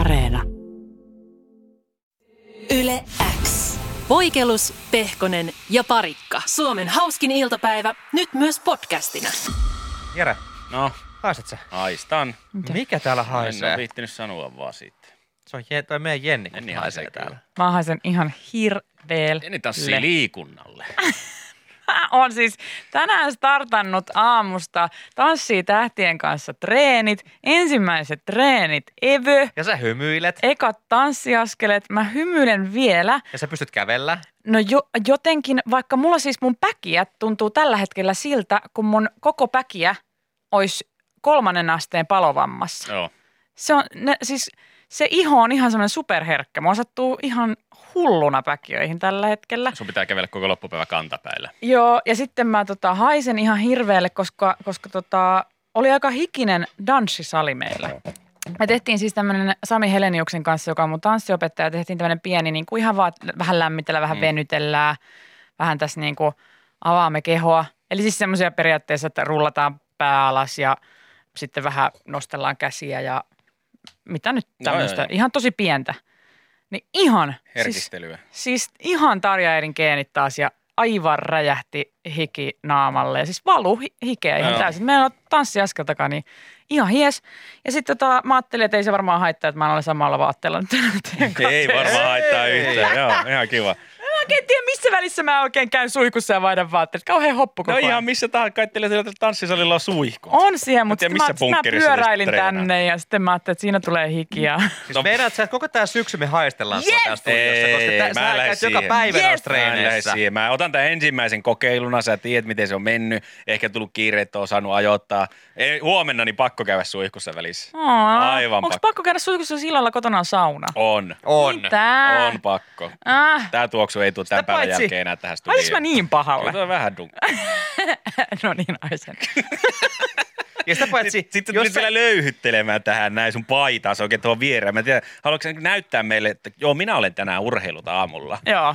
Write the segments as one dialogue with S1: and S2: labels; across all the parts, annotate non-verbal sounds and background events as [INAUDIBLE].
S1: Areena.
S2: Yle X. Voikelus, Pehkonen ja Parikka. Suomen hauskin iltapäivä, nyt myös podcastina.
S3: Jere,
S4: No,
S3: haiset sä?
S4: haistan.
S3: Mikä täällä
S4: En ole
S3: haisee?
S4: viittinyt sanoa vaan sitten.
S3: Se on je, toi meidän Jenni, kun
S4: Jenni
S3: haisee
S4: haisee
S3: täällä.
S4: kyllä.
S5: Mä haisen ihan hirveellä.
S4: Jenni tanssii [LAUGHS] liikunnalle.
S5: on siis tänään startannut aamusta Tanssii tähtien kanssa treenit. Ensimmäiset treenit evö.
S3: Ja sä hymyilet,
S5: Ekat tanssiaskeleet. Mä hymyilen vielä.
S3: ja sä pystyt kävellä.
S5: No jo, jotenkin, vaikka mulla siis mun päkiä tuntuu tällä hetkellä siltä, kun mun koko päkiä olisi kolmannen asteen palovammassa.
S4: Joo.
S5: Se on, ne, siis se iho on ihan semmoinen superherkkä. Mua sattuu ihan hulluna päkiöihin tällä hetkellä.
S4: Sun pitää kävellä koko loppupäivä kantapäillä.
S5: Joo, ja sitten mä tota, haisen ihan hirveälle, koska, koska tota, oli aika hikinen danssisali meillä. Me tehtiin siis tämmöinen Sami Heleniuksen kanssa, joka on mun tanssiopettaja, tehtiin tämmöinen pieni, niin kuin ihan vaan että vähän lämmitellä, vähän
S4: Mm.
S5: mm. venytellään, vähän tässä niin kuin avaamme kehoa. Eli siis semmoisia periaatteessa, että rullataan pää alas ja sitten vähän nostellaan käsiä ja mitä nyt
S4: No Joo,
S5: tämmöistä,
S4: joo, joo.
S5: ihan tosi pientä. Niin ihan, siis
S4: Herkistelyä.
S5: Siis ihan Tarja Erin geenit taas ja aivan räjähti hiki naamalle. Ja siis valuu hi- hikeä ihan
S4: Joo.
S5: täysin. Meillä on tanssiaskeltakaan, niin ihan hies. Ja sitten tota, mä ajattelin, että ei se varmaan haittaa, että mä olen samalla vaatteella nyt teidän kanssa.
S4: Siis- Ei No varmaan haittaa
S3: Ei.
S4: yhtään. Joo, ihan kiva.
S5: Mä en tiedä, missä välissä mä oikein käyn suikussa ja vaihdan vaatteet. Kauhean hoppu
S4: No
S5: koko ajan.
S4: ihan missä tahansa. Kaittelee siellä tanssisalilla on suihku.
S5: On siellä, mutta
S4: tiedä,
S5: sitten
S4: missä
S5: mä, sit mä
S4: bunkkerissa se
S5: pyöräilin
S4: treenaa.
S5: tänne ja sitten mä ajattelin, että siinä tulee
S4: [LAUGHS]
S5: hikiä.
S3: Siis
S4: No.
S3: meinaat sä, että koko tää syksy me haistellaan yes! tässä studiossa, koska
S4: Ei,
S3: tää,
S4: mä
S3: sä
S4: en lähde
S3: käyt joka
S4: siihen.
S3: päivä yes!
S4: Mä en lähde
S3: treeneissä.
S4: siihen. Mä otan tämän ensimmäisen kokeiluna, sä tiedät miten se on mennyt. Ehkä tullut kiireet, on saanut ajoittaa. Ei, huomenna niin pakko käydä suihkussa välissä. Aivan
S5: Onko
S4: pakko.
S5: pakko käydä suikussa jos illalla kotona on sauna?
S4: On.
S3: On.
S5: Tää.
S4: On pakko.
S5: Äh.
S4: Tää tuoksu ei tule tämän
S3: Sitä
S4: päivän
S3: paitsi-
S4: jälkeen enää tähän
S5: Oliks mä
S4: studioon.
S5: niin pahalle?
S4: Tuo on vähän dunk.
S5: [LAUGHS] no niin, naisen.
S3: Ja sitä paitsi,
S4: Sitten
S3: jos
S4: tulit vielä löyhyttelemään tähän näin sun paitaas oikein tuohon viereen. Mä tiedän, haluatko sä niinku näyttää meille, että joo, minä olen tänään urheilut aamulla.
S5: Joo,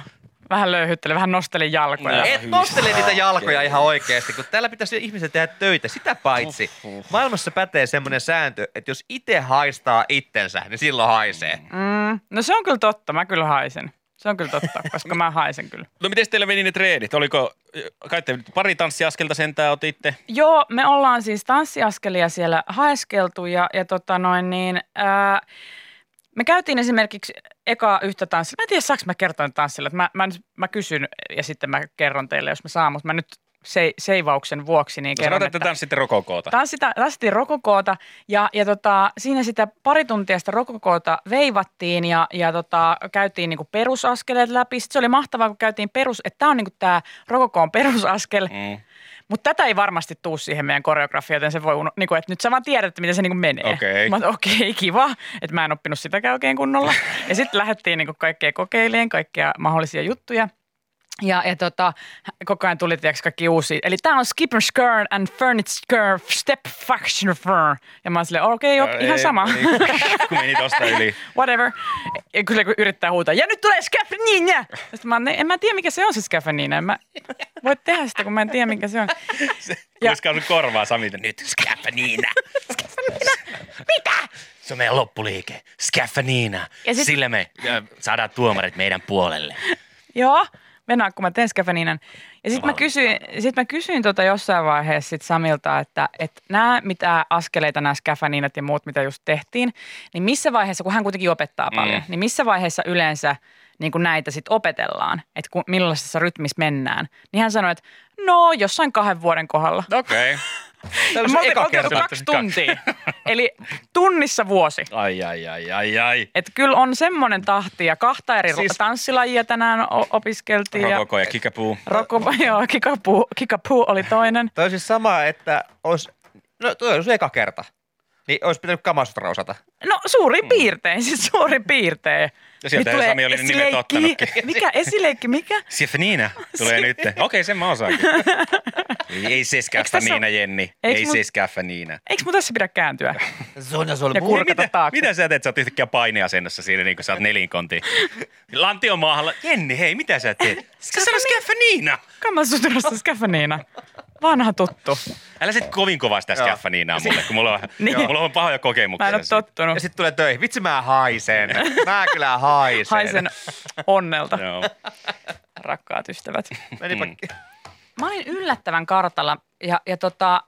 S5: vähän löyhyttelin, vähän nostelin jalkoja.
S4: No.
S3: Et nostele niitä jalkoja ihan oikeasti, kun täällä pitäisi ihmisen tehdä töitä. Sitä paitsi, maailmassa pätee semmoinen sääntö, että jos itse haistaa itsensä, niin silloin haisee.
S5: Mm, no se on kyllä totta, mä kyllä haisen. Se on kyllä totta, [LAUGHS] koska mä haisen kyllä.
S4: No miten teillä meni ne treenit? Oliko, kai te nyt pari tanssiaskelta sentään otitte? No
S5: Joo, me ollaan siis tanssiaskelia siellä haeskeltu ja, ja tota noin niin, ää, me käytiin esimerkiksi ekaa yhtä tanssia. Mä en tiedä, saanko mä kertoa nyt tanssilla. Mä, mä, nyt- mä kysyn ja sitten mä kerron teille, jos mä saan, mutta mä nyt se, seivauksen vuoksi niin
S4: No
S5: kerron,
S4: sanotaan, että tanssitte rokokoota.
S5: Tanssita, tanssittiin rokokoota ja, ja tota, siinä sitä pari tuntia sitä rokokoota veivattiin ja, ja tota, käytiin niinku perusaskeleet läpi. Sitten se oli mahtavaa, kun käytiin perus, että tämä on niinku tämä rokokoon perusaskel, mm.
S4: Mm,
S5: mutta tätä ei varmasti tuu siihen meidän koreografiaan, joten se voi, uno- niinku, että nyt sä vaan tiedät, että miten se niinku menee.
S4: Okei.
S5: Mä oon, okei, okay, kiva, että mä en oppinut sitäkään oikein kunnolla. ja sitten lähdettiin niinku kaikkea kokeileen, kaikkea mahdollisia juttuja. Ja, ja tota, koko ajan tuli tiiäks, kaikki uusia. Eli tämä on skip and skirt and furnished curve step faction fur. Ja mä oon silleen, okei, okay, No, ihan
S4: No Ei, niin.
S5: sama.
S4: ei, Kun meni tosta yli.
S5: [LAUGHS] Whatever. Ja kyllä kun yrittää huutaa, ja nyt tulee skafniina! Sitten mä oon, en mä tiedä mikä se on se skafniina. En mä voi tehdä sitä, kun mä en tiedä mikä se on. Ja-
S4: Kuiskaa sun korvaa Samilta, nyt Skafaniina.
S5: Mitä?
S4: Se on meidän loppuliike. Skafaniina.
S5: Ja sit-
S4: Sillä me äh, saadaan tuomarit meidän puolelle.
S5: Joo, mennään kun mä teen skafaniinan. Ja sitten mä
S4: Valmis.
S5: kysyin, sit mä kysyin tota jossain vaiheessa sit Samilta, että et nämä mitä askeleita nämä skafaniinat ja muut, mitä just tehtiin, niin missä vaiheessa, kun hän kuitenkin
S3: Mm.
S5: opettaa paljon, niin missä vaiheessa yleensä niin kun näitä sitten opetellaan, että ku, millaisessa rytmissä mennään. Niin hän sanoi, että no jossain kahden vuoden kohdalla.
S4: Okei.
S3: Tämä oli
S5: Mä
S3: No, se
S5: oltiin-
S3: eka
S5: oltiin
S3: kerta.
S5: ollut kaksi tuntia. [LAUGHS] Eli tunnissa vuosi.
S4: Ai, ai, ai, ai, ai.
S5: Että kyllä on semmoinen tahti ja kahta eri
S3: Siis-
S5: siis, tanssilajia tänään o- opiskeltiin. ja-
S4: Rokoko ja kikapuu.
S5: Rokupa, [LAUGHS] joo, kikapu, kikapu oli toinen.
S3: Toi on siis sama, että olisi, no toi on se eka kerta. Niin olisi pitänyt kamasutra osata.
S5: No suurin piirtein, siis suurin piirtein.
S4: Hmm. Ja sieltähän
S5: Nyt tulee
S4: Sami oli ne nimet
S5: esileikki.
S4: ottanutkin.
S5: [LAUGHS] Mikä esileikki, mikä?
S4: Sefniina tulee nyt. Okei, sen mä
S5: [LAUGHS]
S4: osaankin. ei se Skafaniina, Jenni.
S5: Eiks
S4: ei
S5: mun-
S4: se Skafaniina.
S5: Eikö mun tässä pidä
S4: No
S5: kääntyä?
S3: Zona sol
S5: Ja kurkata taakse.
S4: Mitä sä teet? Sä oot yhtäkkiä paineasennossa siinä, niin kun sä oot nelinkonti. Lantion maahalla. Jenni, hei, mitä sä teet? Sä sanoit Skafaniina.
S5: Kamasutrassa skafaniina. vanha tuttu.
S4: Älä sit kovin kovasti tästä
S3: Joo.
S4: skaffaniinaa mulle, kun mulla on,
S5: Niin.
S4: mulla on pahoja kokemuksia.
S5: Mä en ole
S4: tässä.
S5: tottunut.
S3: Ja sitten tulee töihin. Vitsi mä haisen. Mä kyllä haisen.
S5: Haisen onnelta,
S4: [LAUGHS] Joo.
S5: rakkaat ystävät.
S3: Menipä... [LAUGHS]
S4: Mm.
S5: Mä olin yllättävän kartalla ja, ja tota,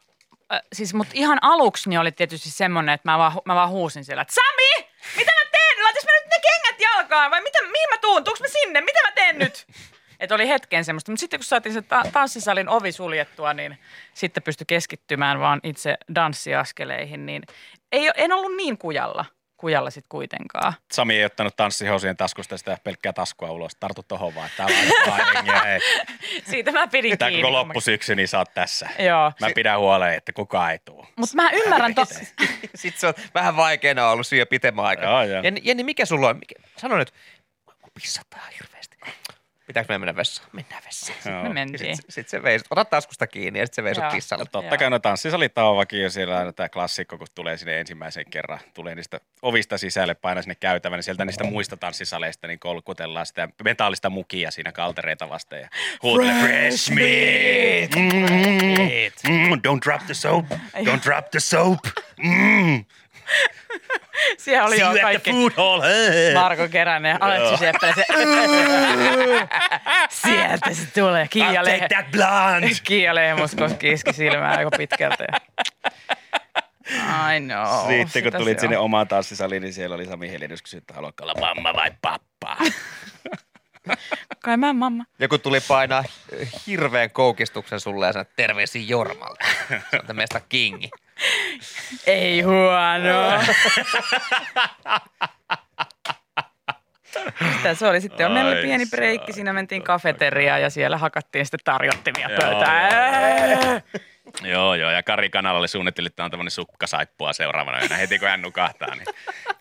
S5: äh, siis mut ihan aluksi niin oli tietysti semmonen, että mä vaan, hu- mä vaan huusin siellä, että Sami, mitä mä teen? Laitais mä nyt ne kengät jalkaan vai mitä, mihin mä tuun? Tuuks mä sinne? Mitä mä teen nyt? [LAUGHS] Et oli hetken semmoista, mutta sitten kun saatiin se ta- tanssisalin ovi suljettua, niin sitten pystyi keskittymään vaan itse tanssiaskeleihin, niin ei, o- en ollut niin kujalla, kujalla sitten kuitenkaan.
S4: Sami ei ottanut tanssihousien taskusta sitä pelkkää taskua ulos. Tartu tohon vaan, tää on aika vaan hengiä, hei.
S5: Siitä mä pidin
S4: Tää
S5: kiinni.
S4: koko loppusyksy, niin sä oot tässä.
S5: Joo,
S4: Mä pidän huoleen, että kukaan ei tuu.
S5: mutta mä ymmärrän, to-
S3: Sitten se on vähän vaikeena ollut syö pitemmän aikaa.
S4: Joo, joo.
S3: Jenni, Jenni, mikä sulla on? Mikä... Sano nyt. Mua pissataan hirveästi. Pitääkö meidän mennä vessaan? Mennään vessaan.
S5: me
S4: Joo.
S3: Ja
S5: mentiin.
S3: sit, sit se veisut. Ota taskusta kiinni ja sit se veisut
S5: Joo.
S3: pissalle.
S4: Totta
S5: Joo.
S4: kai no tanssisalit on vakio siellä aina tämä klassikko, kun tulee sinne ensimmäisen kerran, tulee niistä ovista sisälle, painaa sinne käytävän, niin sieltä niistä muista tanssisaleista niin kolkutellaan sitä metallista mukia siinä kaltereita vasten ja huutelee Fresh meat! Mm, mm, don't drop the soap! Don't drop the soap! Mm,
S5: Siellä oli
S4: see
S5: jo
S4: you at the
S5: kaikki.
S4: food hall! Hey.
S5: Marko Keränen ja Aleksi Seppälä.
S4: [LAUGHS]
S5: Se, sieltä se tulee. Kiia,
S4: I'll take
S5: le-
S4: that blonde!
S5: Kiia Lehmuskoski iski silmään aika pitkältä. I know.
S4: Sitten kun
S5: Sitä
S4: tulit
S5: se
S4: sinne
S5: on.
S4: omaan tanssisaliin, niin siellä oli Sami Helinys kysyi, että haluatko olla mamma vai
S5: [LAUGHS]
S4: pappa?
S5: Kai mä en mamma.
S3: Joku tuli painaa hirveän koukistuksen sulle ja sanoi, terveisiä Jormalta. Se on meistä kingi.
S5: Ei huono. Mitä se oli sitten?
S4: Ai
S5: Meillä oli pieni breikki,
S4: saakka.
S5: siinä mentiin kafeteriaan ja siellä hakattiin sitten tarjottimia
S4: Joo,
S5: pöytään.
S4: Joo, joo. Ja Kari Kanalalle suunnitteli, että tämä on tämmöinen sukkasaippua seuraavana yönä. Heti kun hän nukahtaa, niin...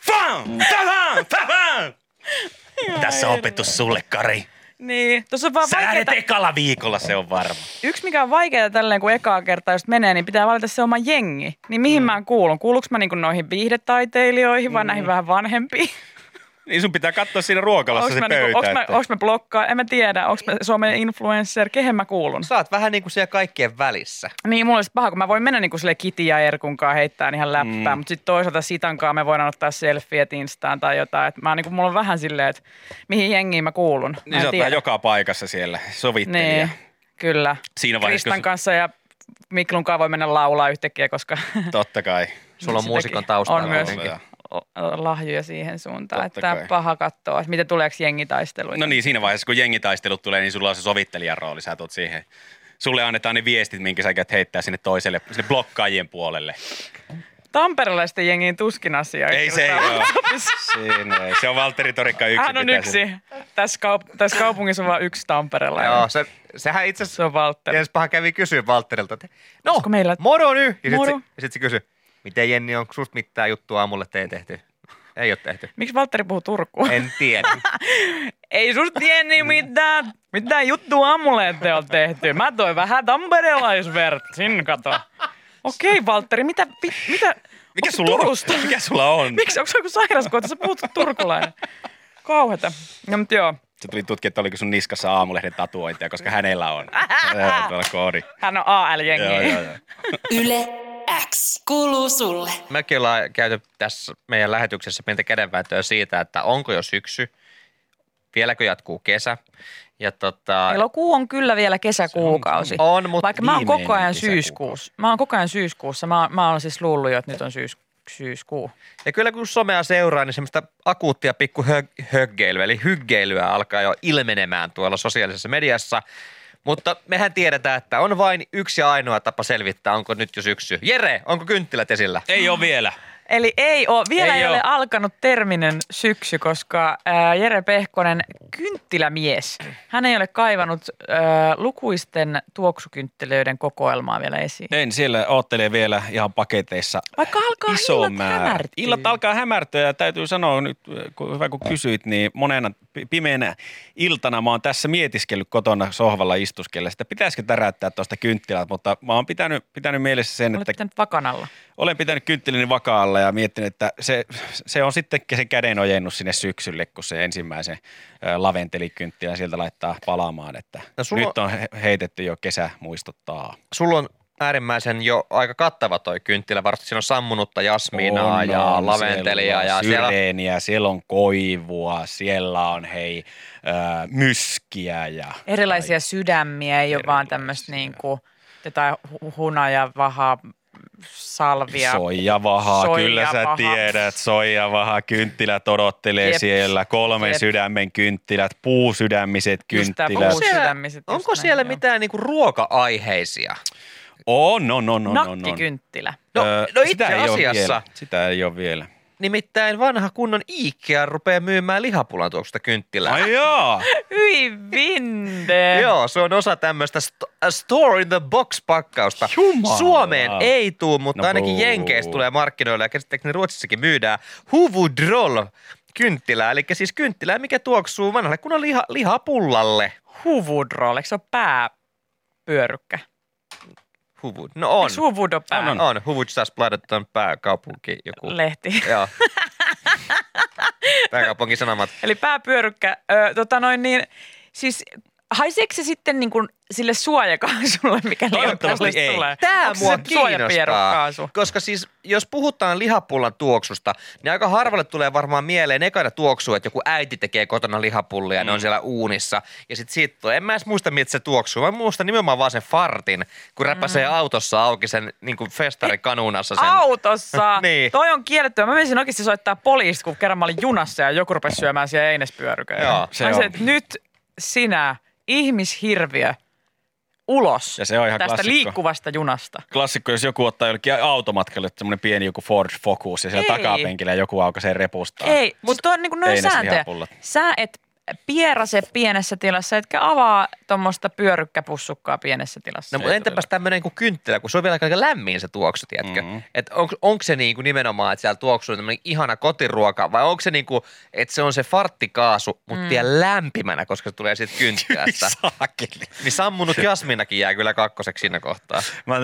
S4: Fam! Fam! Fam! Tässä on opetus sulle, Kari.
S5: Niin, tuossa on vaan
S4: Sä lähdet
S5: vaikeeta.
S4: ekalla viikolla, se on varma.
S5: Yksi, mikä on vaikeaa tälleen, kun ekaa kertaa just menee, niin pitää valita se oma jengi. Niin mihin mm. mä kuulun? Kuuluuko mä niinku noihin viihdetaiteilijoihin
S4: Mm.
S5: vai näihin vähän vanhempiin?
S4: Niin sun pitää katsoa siinä ruokalassa
S5: Onko
S4: se
S5: mä,
S4: pöytä.
S5: niinku, onks mä,
S4: että-
S5: onks mä blokkaa? En mä tiedä. Onko mä Suomen influencer? Kehen mä kuulun?
S3: Sä oot vähän niin kuin siellä kaikkien välissä.
S5: Niin, mulla olisi paha, kun mä voin mennä niinku sille Kiti ja Erkun kanssa heittämään ihan läppää, mm. mutta sitten toisaalta Sitankaan me voidaan ottaa selfieet Instaan tai jotain. Et mä, oon niinku, mulla on vähän silleen, että mihin jengiin mä kuulun. Mä
S4: Niin
S5: en
S4: sä oot
S5: tiedä.
S4: vähän joka paikassa siellä sovittelija.
S5: Niin, kyllä.
S4: Siinä vaiheessa,
S5: Kristan
S4: kun
S5: kanssa ja Miklun kanssa voi mennä laulaa yhtäkkiä, koska
S4: su- totta kai.
S3: Sulla on
S5: Niin Sitäkin
S3: muusikon taustalla.
S5: On myös
S4: Joo,
S5: o- lahjoja siihen suuntaan,
S4: Totta
S5: että
S4: kai.
S5: on paha katsoa, että miten tuleeko jengitaisteluita.
S4: No niin, siinä vaiheessa, kun jengitaistelut tulee, niin sulla on se sovittelijan rooli. Sä tuot siihen. Sulle annetaan ne viestit, minkä sä käyt heittää sinne toiselle, sinne blokkaajien puolelle.
S5: Tamperelaisten jengiin tuskin asia.
S4: Ei se ei ole. Siinä ei. Se on Valtteri Torikka yksi.
S5: Hän on
S4: pitää
S5: yksi.
S4: sen-
S5: Tässä, kaup- tässä kaupungissa on vain yksi Tampereella.
S3: Joo, se, sehän itse asiassa
S5: Se on Valtteri.
S3: Jens Paha kävi kysyä Valtterilta, että no,
S5: Olisiko meillä-
S3: moro nyt. Ja sitten
S5: Moro.
S3: se, ja sit se kysyi, miten Jenni, onko susta mitään juttua aamulla tein tehty? Ei ole tehty.
S5: Miksi Valtteri puhuu Turkuun?
S3: En
S5: [LAUGHS]
S3: tiedä.
S5: Ei susta tienni mitään, mitään juttua aamulla, ette ole tehty. Mä toin vähän tamperelaisvertsin, kato. Okei, Valtteri, mitä, vi- mitä,
S4: Mikä
S5: onko se
S4: sulla, on?
S5: Turusta?
S4: Mikä sulla on?
S5: Miksi, onko se joku sairauskohta? Sä puhut turkulainen. Kauheta. No, mutta joo.
S4: Se tuli tutkia, että oliko sun niskassa aamulehden tatuointia, koska hänellä on. Joo, Tuolla koodi.
S5: Hän on AL-jengi.
S4: Joo, joo, joo.
S2: Yle X kuuluu sulle.
S3: Mekin ollaan käyty tässä meidän lähetyksessä pientä kädenvääntöä siitä, että onko jo syksy, vieläkö jatkuu kesä. Ja tota,
S5: Elokuu on kyllä vielä kesäkuukausi.
S3: Se on- on, mut
S5: Vaikka mä oon koko
S4: viimeinen
S5: ajan
S4: kesäkuukausi.
S5: syyskuussa. Mä oon koko ajan syyskuussa. Mä, oon- mä oon siis luullut jo, että nyt on syys, syyskuu.
S3: Ja kyllä kun somea seuraa, niin semmoista akuuttia pikku hög- höggeilyä, eli hyggeilyä alkaa jo ilmenemään tuolla sosiaalisessa mediassa. Mutta mehän tiedetään, että on vain yksi ja ainoa tapa selvittää, onko nyt jo syksy. Jere, onko kynttilät esillä?
S4: Ei ole vielä.
S5: Eli ei ole, vielä ei,
S4: Ei
S5: ei ole
S4: oo.
S5: alkanut terminen syksy, koska ää, Jere Pehkonen, kynttilämies, hän ei ole kaivanut ää, lukuisten tuoksukynttilöiden kokoelmaa vielä esiin.
S4: En siellä oottelee vielä ihan paketeissa
S5: Vaikka alkaa
S4: iso
S5: illat
S4: määrä.
S5: hämärtyä.
S4: Illat alkaa hämärtyä ja täytyy sanoa nyt, kun, hyvä kun kysyit, niin monena pi- pimeänä iltana mä oon tässä mietiskellyt kotona sohvalla istuskelle, että pitäisikö täräyttää tuosta kynttilää, mutta mä oon pitänyt, pitänyt mielessä sen,
S5: Olet
S4: että
S5: pitänyt vakanalla.
S4: olen pitänyt kynttilini vakaalla ja miettinyt, että se, se on sitten sen käden ojennus sinne syksylle, kun se ensimmäisen ö, laventelikynttilän sieltä laittaa palaamaan, että
S3: No
S4: no
S3: sulla-
S4: nyt on he- heitetty jo kesä muistuttaa.
S3: Sulla on äärimmäisen jo aika kattava toi kynttilä. Varmasti siinä on sammunutta jasminaa
S4: On,
S3: ja
S4: on,
S3: laventelia
S4: siellä
S3: ja
S4: on
S3: siellä
S4: Syreeniä, siellä on koivua, siellä on hei ö, myskiä ja
S5: Erilaisia sydämiä, ei ole vaan tämmöistä
S4: Erilaisia.
S5: niin kuin, jotain hu- hunajaa, vahaa, salvia.
S4: Soijavahaa,
S5: Soijavaha.
S4: kyllä sä tiedät. Soijavahaa, kynttilät odottelee
S5: Jep.
S4: siellä. Kolmen
S5: Jep.
S4: sydämen kynttilät, puusydämiset
S5: Just tää
S4: kynttilät.
S5: puusy- sydämiset just
S3: onko
S5: näin,
S3: siellä
S5: joo.
S3: mitään niinku ruoka-aiheisia?
S4: On, on, on, on, on, on.
S5: Nakkikynttilä.
S3: No,
S4: Öö,
S3: no itse
S4: sitä ei ole
S3: asiassa,
S4: vielä. Sitä ei ole vielä.
S3: nimittäin vanha kunnon Ikea rupeaa myymään lihapulan tuoksusta kynttilää.
S4: Ai joo.
S5: Hyi
S4: Eh.
S5: vinde.
S3: Joo, se on osa tämmöistä st- a store in the box pakkausta.
S4: Jumala.
S3: Suomeen ei tuu, mutta
S4: No
S3: ainakin
S4: buu.
S3: Jenkeissä tulee markkinoille ja käsittääkseni Ruotsissakin myydään huvudroll kynttilää, eli siis kynttilää, mikä tuoksuu vanhalle kunnon liha, lihapullalle.
S5: Huvudroll, eikö se ole pääpyörykkä?
S3: Huvud, no on.
S5: Eikö huvud ole pää?
S4: On,
S3: On, on. huvud taas on pääkaupunki joku.
S5: Lehti. [LAUGHS]
S4: [LAUGHS]
S3: Joo. Pääkaupungin sanomat.
S5: Eli pääpyörykkä, ö, tota noin niin, siis haiseeko se sitten niin kuin sille [LAUGHS] suojakaasulle, mikä
S4: Toivottavasti
S5: liukkaalle
S4: ei.
S5: tulee?
S3: Tämä
S5: Onko
S3: mua
S5: se suojapierukkaasu?
S3: kiinnostaa, koska siis jos puhutaan lihapullan tuoksusta, niin aika harvalle tulee varmaan mieleen ekana tuoksuu, että joku äiti tekee kotona lihapullia, mm. ne on siellä uunissa. Ja sitten siitä tulee, en mä edes muista miltä se tuoksuu, mä muistan nimenomaan vaan sen fartin, kun räpäsee mm. autossa auki sen niin kuin festarikanuunassa sen.
S5: Autossa.
S4: [LAUGHS]
S3: Niin.
S5: Toi on kiellettyä. Mä menisin oikeasti soittaa poliisista, kun kerran mä olin junassa ja joku rupesi syömään siellä einespyöryköä.
S3: Joo,
S4: se
S5: se on.
S4: on.
S5: Se, että nyt sinä, ihmishirviö, ulos
S4: Ja se on ihan
S5: tästä
S4: klassikko.
S5: liikkuvasta junasta.
S4: Klassikko, jos joku ottaa jollekin automatkalle semmoinen pieni joku Ford Focus ja siellä
S5: Ei.
S4: takapenkillä joku aukaisee repusta.
S5: Ei, mutta toi on niin kuin noin
S4: Einäs
S5: sääntöjä.
S4: lihapullat.
S5: Sä et pierase pienessä tilassa, etkä avaa tuommoista pyörykkäpussukkaa pienessä tilassa.
S3: No mutta entäpäs tämmöinen kuin kynttilä, kun se on vielä aika lämmin se tuoksu, tiedätkö? Mm-hmm.
S4: Mhm.
S3: Että on, onko se niinku nimenomaan, että siellä tuoksuu tämmöinen ihana kotiruoka, vai onko se niinku, että se on se farttikaasu, mutta mm. vielä lämpimänä, koska se tulee siitä
S4: [LAUGHS]
S3: kynttilästä.
S4: Saakeli.
S3: niin sammunut jasminakin jää kyllä kakkoseksi siinä kohtaa.
S4: Mä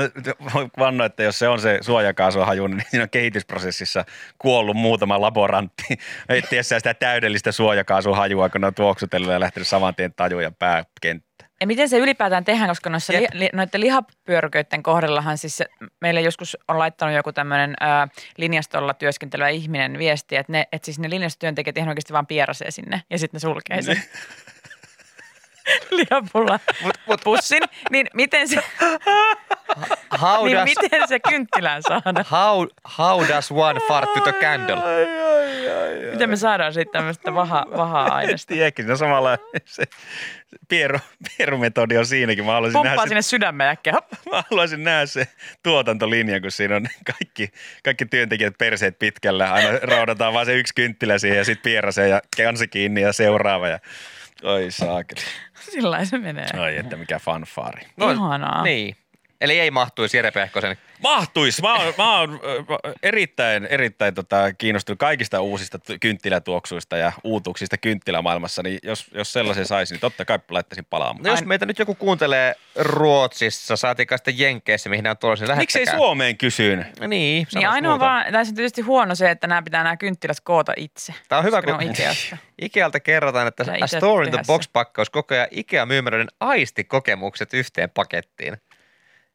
S4: voin vannoa, että jos se on se suojakaasuhaju, niin siinä on kehitysprosessissa kuollut muutama laborantti. Etsiessään sitä täydellistä suojakaasuhajua, kun ne on tuoksutellut ja lähtenyt saman tien tajuja pääkenttä.
S5: Ja miten se ylipäätään tehdään, koska noissa li,
S3: Jep.
S5: li, noiden lihapyöryköiden kohdallahan siis se, meille joskus on laittanut joku tämmöinen ää, linjastolla työskentelevä ihminen viestiä, että, ne, että siis ne linjastotyöntekijät ihan oikeasti vaan pierasee sinne ja sitten ne sulkee sen.
S3: Niin.
S5: [LAUGHS] lihapulla
S3: Mut, mut
S5: pussin, niin
S3: [LAUGHS]
S5: miten se, niin
S3: how, does,
S5: miten se kynttilään saadaan?
S3: how, how does one fart to the candle?
S5: Miten me saadaan siitä tämmöistä vaha,
S4: En
S5: vaha-aineesta?
S4: tiedäkin, siinä on samalla se pieru, pierumetodi on siinäkin. Mä haluaisin, nähdä
S5: Pumppaa
S4: sen,
S5: sinne sydämeen äkkiä. Hop.
S4: mä haluaisin nähdä se tuotantolinja, kun siinä on kaikki, kaikki työntekijät perseet pitkällä. Aina raudataan vaan se yksi kynttilä siihen ja sitten pierasee ja kansi kiinni ja seuraava. Ja... Oi saakeli.
S5: Sillä lailla se menee. Niin
S4: Ai että mikä fanfaari.
S5: Ihanaa.
S3: Niin. Eli ei mahtuisi Jere Pehkosen.
S4: Mahtuis. Mä oon, mä oon äh, erittäin, erittäin tota, kiinnostunut kaikista uusista t- kynttilätuoksuista ja uutuuksista kynttilämaailmassa. Niin jos, jos sellaisen saisi, niin totta kai laittaisin palaamaan.
S3: No jos meitä nyt joku kuuntelee Ruotsissa, saatiin sitten Jenkeissä, mihin nämä on tulossa, niin
S4: Miksei
S3: lähettäkää.
S4: Suomeen kysyyn?
S3: No Niin,
S5: Niin
S3: sanois
S5: ainoa
S3: muuta.
S5: vaan, tai se on tietysti huono se, että nämä pitää nämä kynttilät koota itse.
S3: Tää on hyvä,
S5: koska ne
S3: kun-
S5: on Ikeasta.
S3: Ikealta kerrotaan, että
S5: Pitää
S3: A
S5: itse
S3: Store in the
S5: tehdä se.
S3: Box-pakkaus kokea Ikea-myymälöiden aistikokemukset yhteen pakettiin.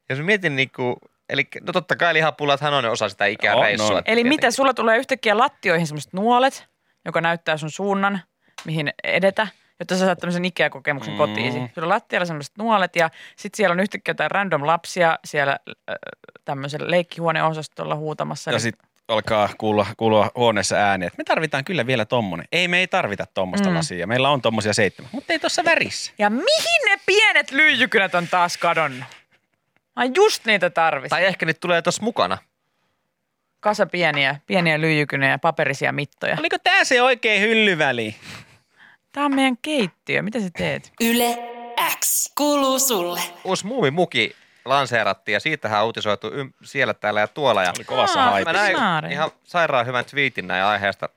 S3: Jos mä mietin niinku, eli no totta kai lihapullathan on osa sitä
S4: On,
S3: Ikea-reissua.
S4: on.
S5: Eli mitä, sulla tulee yhtäkkiä lattioihin semmoiset nuolet, joka näyttää sun suunnan, mihin edetä, jotta sä saat tämmöisen Ikea-kokemuksen
S4: Mm.
S5: mm. kotiisi. Sulla on lattialla semmoiset nuolet ja sitten siellä on yhtäkkiä jotain random lapsia siellä äh, tämmöisellä leikkihuoneosastolla huutamassa.
S4: Ja sitten alkaa kuulua, kuulua huoneessa ääni, että me tarvitaan kyllä vielä tommonen. Ei, me ei tarvita tommosta mm. lasia. Meillä on tommosia seitsemän, mutta ei tuossa värissä.
S5: ja mihin ne pienet lyijykynät on taas kadonnut? Mä just niitä tarvitsen.
S3: Tai ehkä nyt tulee tuossa mukana.
S5: Kasa pieniä, pieniä lyijykyniä ja paperisia mittoja.
S4: Oliko tää se oikein hyllyväli?
S5: Tämä on meidän keittiö. Mitä sä teet?
S2: Yle X kuuluu sulle.
S3: Uusi muumimuki lanseerattiin ja siitähän on uutisoitu ym- siellä täällä ja tuolla. Ja
S4: Oli kovassa
S5: Aa,
S4: haipissa.
S3: mä näin
S5: Saarin.
S3: ihan sairaan hyvän twiitin näin aiheesta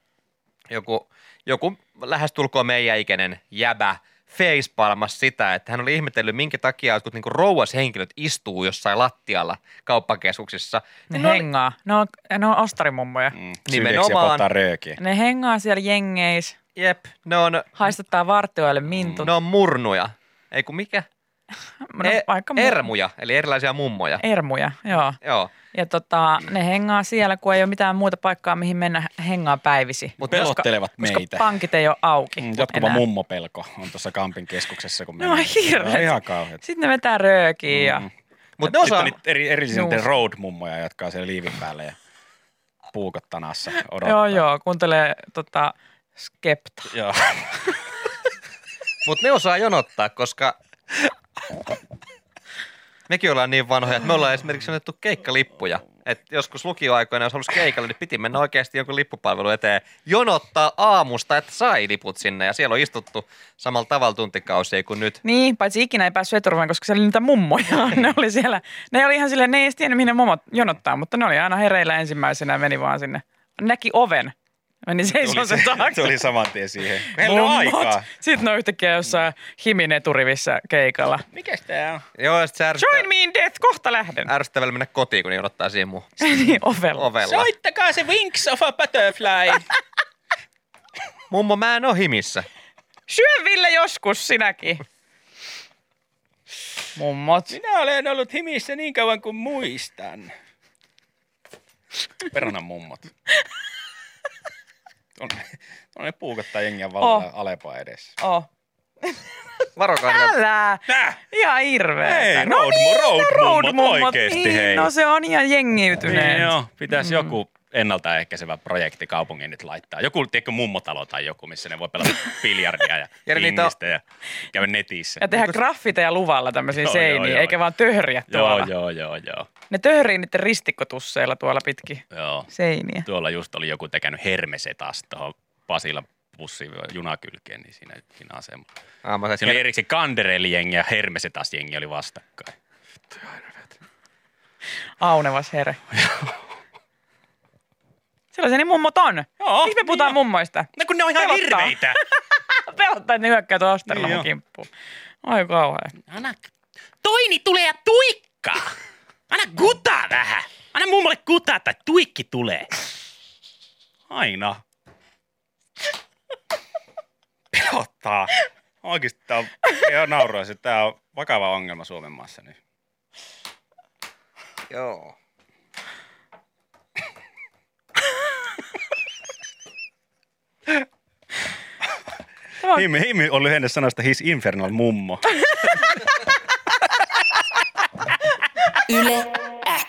S3: joku, joku lähestulkoon meidän ikäinen jäbä facepalmas sitä, että hän oli ihmetellyt, minkä takia jotkut niinku rouvashenkilöt istuu jossain lattialla kauppakeskuksissa.
S5: Ne
S3: Niin ne oli-
S5: hengaa. Ne on, ne on ostarimummoja.
S4: Mm,
S3: Nimenomaan.
S4: Nimenomaan. ja polttaa röökiä.
S5: Ne hengaa siellä jengeis,
S3: Jep, ne on,
S5: haistattaa vartijoille mintut.
S3: ne
S4: No,
S3: on murnuja. Ei kun mikä?
S5: No,
S3: E-
S5: vaikka mu-
S3: Ermuja, eli erilaisia mummoja.
S5: Ermuja, joo.
S3: Joo.
S5: Ja tota, ne hengaa siellä, kun ei ole mitään muuta paikkaa, mihin mennä hengaa päivisi.
S3: Mut
S4: pelottelevat
S5: koska
S4: meitä.
S5: pankit ei ole auki
S4: Mm,
S5: mm,
S4: Jatkuva mummopelko on tuossa kampin keskuksessa, kun
S5: No on
S4: No,
S5: hirveet.
S4: ihan kauheat.
S5: Sitten ne vetää röökiä ja...
S4: Mm.
S3: Mutta ne osaa,
S4: Sitten on niitä eri, erillisiä
S5: Juu.
S4: niitä road-mummoja, jotka on siellä liivin päällä ja puukot tanassa odottaa.
S5: Joo, joo, kuuntelee tota, skepta.
S4: joo.
S3: mut ne osaa jonottaa, koska mekin ollaan niin vanhoja, että me ollaan esimerkiksi annettu keikkalippuja. Et joskus lukioaikoina, jos halusi keikalle, niin piti mennä oikeasti jonkun lippupalvelu eteen jonottaa aamusta, että sai liput sinne. Ja siellä on istuttu samalla tavalla tuntikausia kuin nyt.
S5: Niin, paitsi ikinä ei päässyt eturvaan, koska siellä oli niitä
S4: [LAUGHS]
S5: mummoja. Ne oli siellä, ne oli ihan silleen, ne ei edes tiennyt, mihin ne momot jonottaa, mutta ne oli aina hereillä ensimmäisenä ja meni vaan sinne. Näki oven, meni seisomaan sen taakse.
S4: tuli saman tien siihen. Meillä on
S5: Mummot.
S4: aikaa.
S5: Sitten ne on yhtäkkiä jossain himin eturivissä keikalla.
S4: Mikäs tää on?
S3: Joo, ja sit se
S5: Join
S3: ärsyttää,
S5: me in death, kohta lähden.
S3: ärsyttävällä mennä kotiin, kun ne jonottaa siihen mun
S5: [LAUGHS] niin, ovella.
S3: ovella.
S4: Soittakaa se Wings of a [LAUGHS] Butterfly.
S3: Mummo, mä en oo himissä.
S5: Syö Ville joskus sinäkin. Mummot.
S4: Minä olen ollut himissä niin kauan kuin muistan. Perhanan mummot. On, on ne puukottaa jengiä vallan oh. Alepa edessä.
S5: Oh.
S3: Varokaa niitä-
S5: Älä.
S4: Näh!
S5: Ihan No niin, hirveä.
S4: Ei, road- road mummot oikeesti,
S5: niin,
S4: hei.
S5: No se on ihan jengiytyneet.
S4: Niin joo, pitäisi mm. joku ennaltaehkäisevä projekti kaupungin nyt laittaa. Joku, tiedätkö, mummotalo tai joku, missä ne voi pelata biljardia ja
S3: Jere, niitä on-
S4: pingistä ja käydä netissä.
S5: niin Ja tehdä graffiteja luvalla tämmöisiä
S4: Joo,
S5: seiniä,
S4: joo, joo.
S5: eikä vaan töhriä
S4: Joo,
S5: tuolla.
S4: joo, joo, joo,
S5: Ne töhrii niiden ristikkotusseilla tuolla pitkin
S4: joo.
S5: seiniä.
S4: Tuolla just oli joku tekenyt hermesetas tuohon Pasilan pussin junakylkeen, niin siinä, siinä asemalla.
S3: Ah, mä
S4: Siinä oli
S3: saisin
S4: erikseen Kandereli-jengi ja Hermesetas-jengi oli vastakkain.
S5: Aunevas here. Sellaisia niin mummot on.
S4: Joo,
S5: Miksi me puhutaan
S4: niin
S5: mummoista? [LAUGHS]
S4: No kun ne on ihan
S5: Pelottaa.
S4: hirveitä.
S5: Pelottaa, että ne hyökkää tuolla ostarilla
S4: Niin
S5: mun
S4: joo.
S5: kimppuun. Ai kauhean.
S4: [LAUGHS] Anna, toini tulee ja tuikka. Anna kutaa vähän. Anna mummolle kutaa tai tuikki tulee. Aina. Pelottaa. Oikeesti tää on, ei nauraa se. Tää on vakava ongelma Suomen maassa nyt.
S3: Joo.
S5: Tämä on
S4: Himi, himi on lyhenne sanasta his infernal mummo.
S2: Yle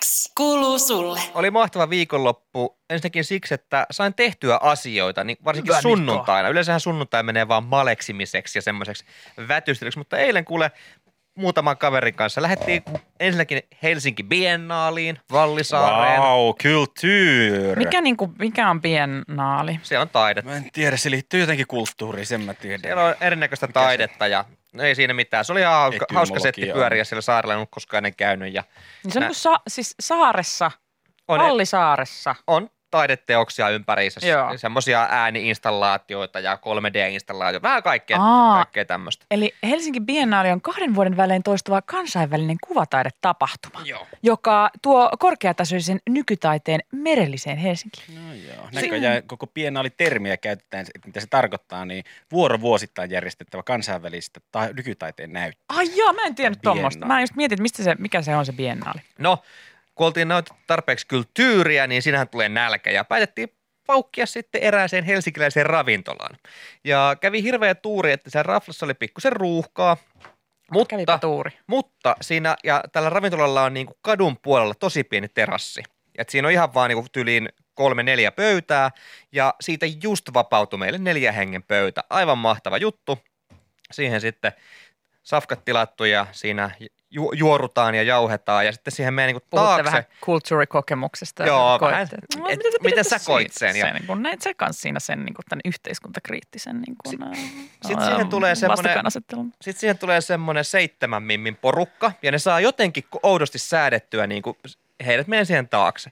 S2: X kuuluu sulle.
S3: Oli mahtava viikonloppu ensinnäkin siksi, että sain tehtyä asioita, niin varsinkin
S5: Hyvä, Mikko.
S3: sunnuntaina. Yleensähän sunnuntai menee vaan maleksimiseksi ja semmoiseksi vätystelyksi, mutta eilen kuule muutaman kaverin kanssa lähdettiin ensinnäkin Helsinki Biennaaliin, Vallisaareen.
S4: Wow, kulttuur.
S5: Mikä, niin kuin, mikä on biennaali?
S3: Siellä on taidetta.
S4: Mä en tiedä, se liittyy jotenkin kulttuuriin, sen mä tiedän.
S3: Siellä on erinäköistä
S4: Mikä se-
S3: taidetta ja no ei siinä mitään. Se oli ihan hauska,
S4: Etymologia
S3: hauska setti
S4: on.
S3: pyöriä siellä saarella, en ollut koskaan ennen käynyt. Ja
S5: Niin se on
S3: Nä-
S5: niin kuin sa- siis saaressa,
S3: on, e-
S5: Vallisaaressa.
S3: on taideteoksia ympäriinsä,
S5: Joo.
S3: semmoisia ääniinstallaatioita ja 3D-installaatioita, vähän kaikkea,
S5: Aa.
S3: kaikkea tämmöistä.
S5: Eli Helsingin biennaali on kahden vuoden välein toistuva kansainvälinen kuvataidetapahtuma,
S3: Joo.
S5: joka tuo korkeatasoisen nykytaiteen merelliseen Helsinkiin.
S4: No joo. Näköjään koko pienaali termiä käytetään, että mitä se tarkoittaa, niin vuorovuosittain järjestettävä kansainvälistä tai nykytaiteen näyttö.
S5: Ai joo, mä en tiennyt
S4: Biennaali.
S5: tuommoista. Mä just mietin, että mistä se, mikä se on se biennaali.
S3: No, kun oltiin noita tarpeeksi kyltyyriä, niin sinähän tulee nälkä ja päätettiin paukkia sitten erääseen helsinkiläiseen ravintolaan. Ja kävi hirveä tuuri, että siellä raflassa oli pikkusen ruuhkaa,
S5: Kävipä
S3: mutta,
S5: tuuri.
S3: mutta siinä ja tällä ravintolalla on niin kuin kadun puolella tosi pieni terassi. Et siinä on ihan vaan niin kuin tyliin kolme neljä pöytää ja siitä just vapautui meille neljä hengen pöytä. Aivan mahtava juttu. Siihen sitten safkat tilattu ja siinä ju- juorutaan ja jauhetaan ja sitten siihen menee niin kuin
S5: Puhutte
S3: taakse.
S5: vähän kulttuurikokemuksesta.
S3: Joo, vähän.
S5: ja koette, että, no,
S3: Et
S5: mitä te
S3: miten
S5: pidätte
S3: sä koit
S5: siitä?
S3: sen ja-
S5: Se, niin kun, näit sä kans siinä sen niin kun, tämän yhteiskuntakriittisen niin kun,
S3: sit siihen tulee semmonen-
S5: vastakkainasettelun.
S3: Sitten siihen tulee semmoinen seitsemän mimmin porukka, ja ne saa jotenkin ko- oudosti säädettyä niin kuin heidät menee niinku siihen taakse.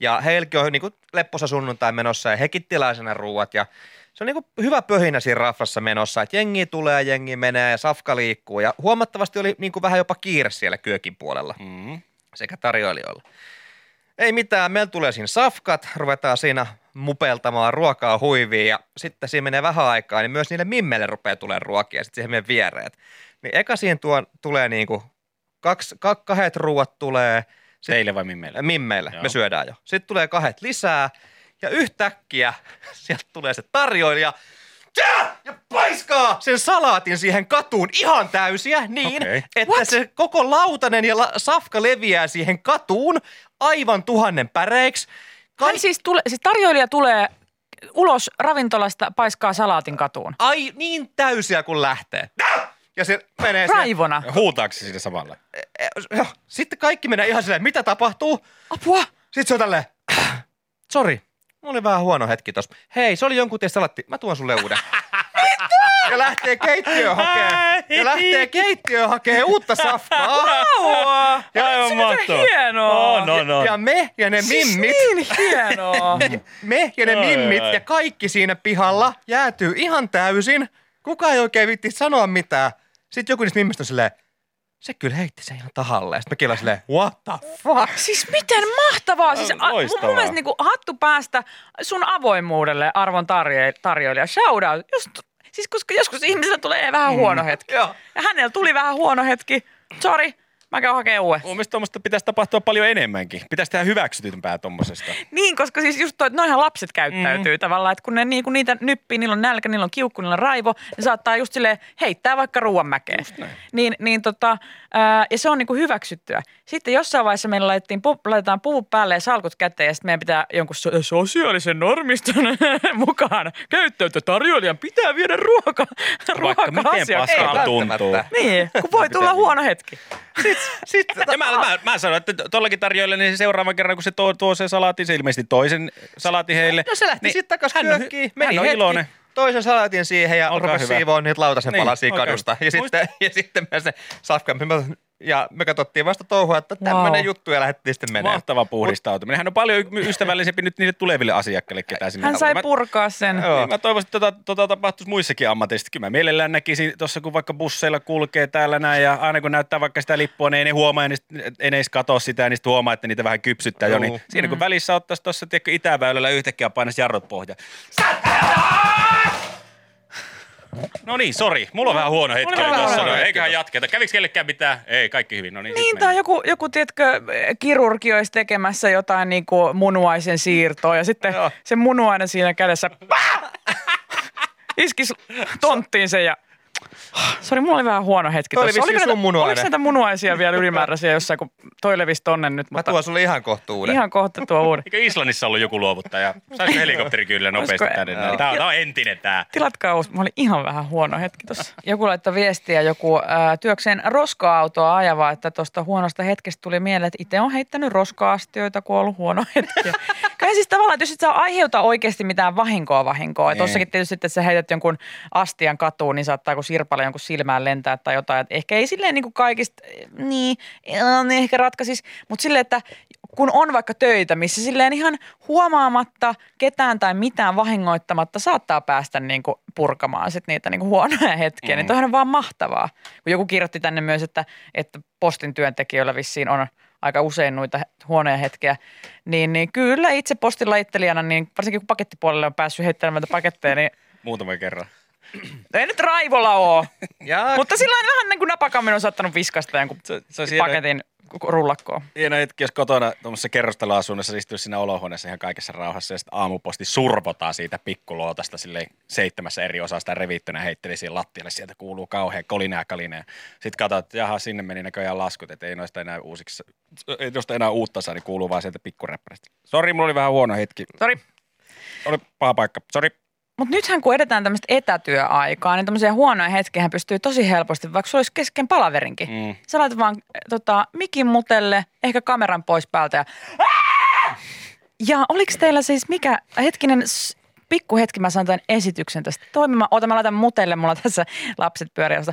S3: Ja heilläkin on niin kuin lepposa sunnuntai menossa, ja hekin tilaisena ruuat, ja se on niinku hyvä pöhinä siinä raflassa menossa, että jengi tulee, jengi menee ja safka liikkuu. Ja huomattavasti oli niinku vähän jopa kiire siellä kyökin puolella
S4: Mm.
S3: sekä tarjoilijoilla. Ei mitään, meillä tulee siinä safkat, ruvetaan siinä mupeltamaan ruokaa huiviin ja sitten siinä menee vähän aikaa, niin myös niille mimmeille rupeaa tulemaan ruokia ja sitten siihen meidän viereet. Niin eka siihen tuo, tulee niinku kaksi, ka, kahdet ruuat tulee
S4: Teille vai meille?
S3: mimmeille,
S4: Joo.
S3: me syödään jo. Sitten tulee kahdet lisää ja yhtäkkiä [LAUGHS] sieltä tulee se tarjoilija Tää! ja paiskaa sen salaatin siihen katuun ihan täysiä niin,
S4: Okei.
S3: okay. että
S5: What?
S3: se koko lautanen ja la- safka leviää siihen katuun aivan tuhannen päreiksi.
S5: Hän siis, tule, siis tarjoilija tulee ulos ravintolasta, paiskaa salaatin katuun.
S3: ai niin täysiä kuin lähtee. Tää! Ja se menee sinne.
S5: Raivona.
S4: Huutaako se siinä samalla?
S3: Äh, Joo. Sitten kaikki menee ihan silleen, mitä tapahtuu?
S5: Apua.
S3: Sitten se on tälleen, sori, mulla oli vähän huono hetki tossa. Hei, se oli jonkun teistä salatti, mä tuon sulle uuden. ja lähtee keittiöön hakee. Ja lähtee keittiöön hakee uutta safkaa.
S5: Apua.
S4: Ja aivan mahtavaa. No,
S5: hienoa.
S4: On, on, on.
S3: Ja me ja ne
S5: Siis
S3: mimmit,
S5: niin hienoa.
S3: me ja ne
S4: Ai,
S3: mimmit
S4: ai.
S3: ja kaikki siinä pihalla jäätyy ihan täysin. Kuka ei oikein vitti sanoa mitään. Sitten joku niistä mimmistä on silleen, se kyllä heitti sen ihan tahalleen. Sitten mä kielän silleen, what the fuck?
S5: Siis miten mahtavaa. Siis, a, mun,
S4: Loistavaa.
S5: mun mielestä niin hattu päästä sun avoimuudelle arvon tarjo- tarjoilija. Shout out. Just, siis koska joskus ihmisellä tulee vähän huono hetki.
S3: Joo.
S5: Ja hänellä tuli vähän huono hetki. Sorry, mä käyn hakemaan uuden.
S4: Mun mielestä tuommoista pitäisi tapahtua paljon enemmänkin. Pitäisi tehdä hyväksytympää tuommoisesta.
S5: Niin, koska siis just toi, että noihan lapset käyttäytyy mm. tavallaan, että kun ne niinku niitä nyppii, niillä on nälkä, niillä on kiukku, niillä on raivo, ne saattaa just silleen heittää vaikka ruoan mäkeen. Niin, niin tota, ää, ja se on niinku hyväksyttyä. Sitten jossain vaiheessa meillä laitettiin, pu, laitetaan puvut päälle ja salkut käteen ja sitten meidän pitää jonkun so- sosiaalisen normiston [LAUGHS] mukaan käyttäytyä tarjoilijan pitää viedä ruoka, ruoka
S4: Vaikka miten
S5: asiakkaalle.
S4: paskaa tuntuu.
S3: välttämättä.
S5: Niin, kun voi tulla huono hetki.
S3: Sitten,
S4: Ja mä, mä, mä sanoin, että tollakin tarjoille, niin seuraavan kerran, kun se tuo, tuo se salaatin, se ilmeisesti toisen salaatin heille.
S3: No se lähti
S4: niin
S3: niin, sitten takaisin
S4: hän on hy-
S3: kyökkiin,
S4: hän
S3: meni
S4: on
S3: hetki,
S4: iloinen.
S3: toisen salatin siihen ja
S4: Olkaa
S3: rupesi
S4: hyvä.
S3: siivoon niitä lautasen
S4: Niin,
S3: palasia
S4: olkaa
S3: kadusta.
S4: hyvä.
S3: Ja sitten, ja sitten me se safka, me, ja me katsottiin vasta touhua, että tämmöinen
S5: Wow.
S3: juttu ja lähdettiin sitten menemään.
S4: Mahtava puhdistautuminen. Hän on paljon y- ystävällisempi nyt niille tuleville asiakkaille, ketä sinne
S5: Hän sai
S4: haluaa. Mä-
S5: purkaa sen.
S4: Joo. Niin, mä toivoisin, että tota, tota tapahtuisi muissakin ammateissa. Kyllä mä mielellään näkisin tuossa, kun vaikka busseilla kulkee täällä näin ja aina kun näyttää vaikka sitä lippua, niin ei ne huomaa, ja ne, ei ne edes katso sitä ja niistä huomaa, että niitä vähän kypsyttää jo.
S3: Juu.
S4: Niin siinä
S5: Mm.
S4: kun välissä ottaisi tuossa tiedätkö, itäväylällä yhtäkkiä painaisi jarrut pohjaan. No niin, sori. Mulla on vähän huono hetki
S5: vähän
S4: oli tuossa.
S5: huono
S4: No,
S3: hetki
S4: eiköhän jatketa. Käviks kellekään mitään? Ei, kaikki hyvin. No niin, sit
S5: Niin,
S4: mennään.
S5: tai joku, joku tiedätkö, kirurgi olisi tekemässä jotain niin kuin munuaisen siirtoa ja sitten
S3: Joo.
S5: se munuainen
S3: [LAUGHS]
S5: siinä kädessä pah! iskisi tonttiin sen ja Sori, mulla oli vähän huono hetki
S3: Toi oli
S5: tossa.
S3: vissiin sun munuainen.
S5: Oliko näitä
S3: [LAUGHS]
S5: munuaisia vielä ylimääräisiä jossain, kun toi levisi tonne nyt,
S3: Mä
S5: mutta
S3: tuon sulle ihan kohtuuden.
S5: ihan kohta tuo uuden.
S4: Eikö Islannissa ollut joku luovuttaja?
S5: [LAUGHS]
S4: Saisiko helikopteri kyllä nopeasti
S5: Olisiko-
S4: tänne? näin? Tää on, tää on entinen tää.
S5: Tilatkaa uusi. Mulla oli ihan vähän huono hetki tossa. Joku laittoi viestiä, joku ää, työkseen roska-autoa ajava, että tuosta huonosta hetkestä tuli mieleen, että itse on heittänyt roska-astioita, kun on ollut huono hetki. Kai siis tavallaan, että jos et sä aiheuta oikeasti mitään vahinkoa vahinkoa.
S4: Niin.
S5: Niin. Tossakin tietysti, että sä heität jonkun astian katuun, niin saattaako sirpale jonkun silmään lentää tai jotain. Et ehkä ei silleen niin kuin kaikista, niin, äh, niin ehkä ratkaisis, mutta silleen, että kun on vaikka töitä, missä silleen ihan huomaamatta ketään tai mitään vahingoittamatta saattaa päästä niin kuin purkamaan sit niitä niin kuin huonoja hetkiä, mm. niin toihan on vaan mahtavaa. Kun joku kirjoitti tänne myös, että, että postin työntekijöillä vissiin on aika usein noita huonoja hetkiä, niin, niin kyllä itse postilaittelijana, niin varsinkin kun pakettipuolelle on päässyt heittelemään näitä paketteja, niin No
S4: Muutama kerran.
S5: ei nyt raivolla
S4: [LAUGHS]
S5: ole.
S3: Ja
S5: Mutta sillä on vähän niin kuin napakammin on saattanut viskasta jonkun
S4: Se, se on
S5: paketin rullakkoon.
S4: hieno hetki, jos kotona tuommoisessa kerrostaloasunnossa istuisi siinä olohuoneessa ihan kaikessa rauhassa ja sitten aamuposti survotaan siitä pikkulootasta silleen seitsemässä eri osasta revittynä heitteli siihen lattialle. Sieltä kuuluu kauhean kolinaa ja kalinaa. Sitten katsoit, että jaha, sinne meni näköjään laskut, että ei noista enää uusiksi, ei noista enää uutta saa, niin kuuluu vaan sieltä pikkuräppäristä. Sori, mulla oli vähän huono hetki.
S5: Sori.
S4: Oli paha paikka. Sori.
S5: Mutta nythän kun edetään tämmöistä etätyöaikaa, niin tämmöisiä huonoja hetkiä pystyy tosi helposti, vaikka sulla olisi kesken palaverinkin. Mm.
S4: Mm.
S5: Sä laitat vaan äh, tota, mikin mutelle, ehkä kameran pois päältä ja... Ja oliko teillä siis mikä, hetkinen, s- pikku hetki mä sain tämän esityksen tästä toimimaan. Oota, mä laitan mutelle, mulla tässä lapset pyörii josta.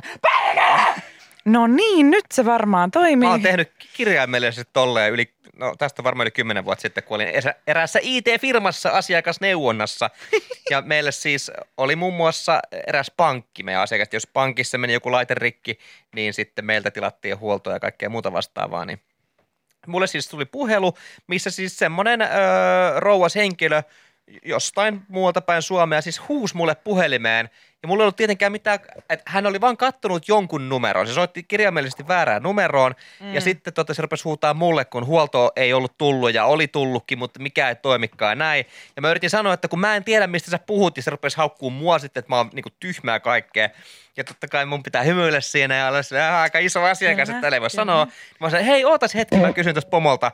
S5: No niin, nyt se varmaan toimii.
S3: mä oon tehnyt kirjaimellisesti tolleen yli no tästä varmaan yli kymmenen vuotta sitten, kun olin esä- eräässä IT-firmassa asiakasneuvonnassa. Ja meille siis oli muun muassa eräs pankki meidän asiakas. Jos pankissa meni joku laite rikki, niin sitten meiltä tilattiin huoltoa ja kaikkea muuta vastaavaa. Niin mulle siis tuli puhelu, missä siis semmoinen öö, rouvas henkilö jostain muualta päin Suomea siis huusi mulle puhelimeen. Ja mulla ei ollut tietenkään mitään, että hän oli vaan kattonut jonkun numeron. Se soitti kirjaimellisesti väärään numeroon mm. ja sitten tota, se rupesi huutaa mulle, kun huolto ei ollut tullut ja oli tullutkin, mutta mikä ei toimikaan näin. Ja mä yritin sanoa, että kun mä en tiedä, mistä sä puhut, ja se rupesi haukkuu mua sitten, että mä oon niinku tyhmää kaikkea. Ja totta kai mun pitää hymyillä siinä ja olla sillä, "Ah, aika iso asiakas,
S5: Kyllä,
S3: että täällä ei voi
S5: kyllä.
S3: sanoa. Mä sanoin, hei, ootas hetki, mä kysyn tuosta pomolta.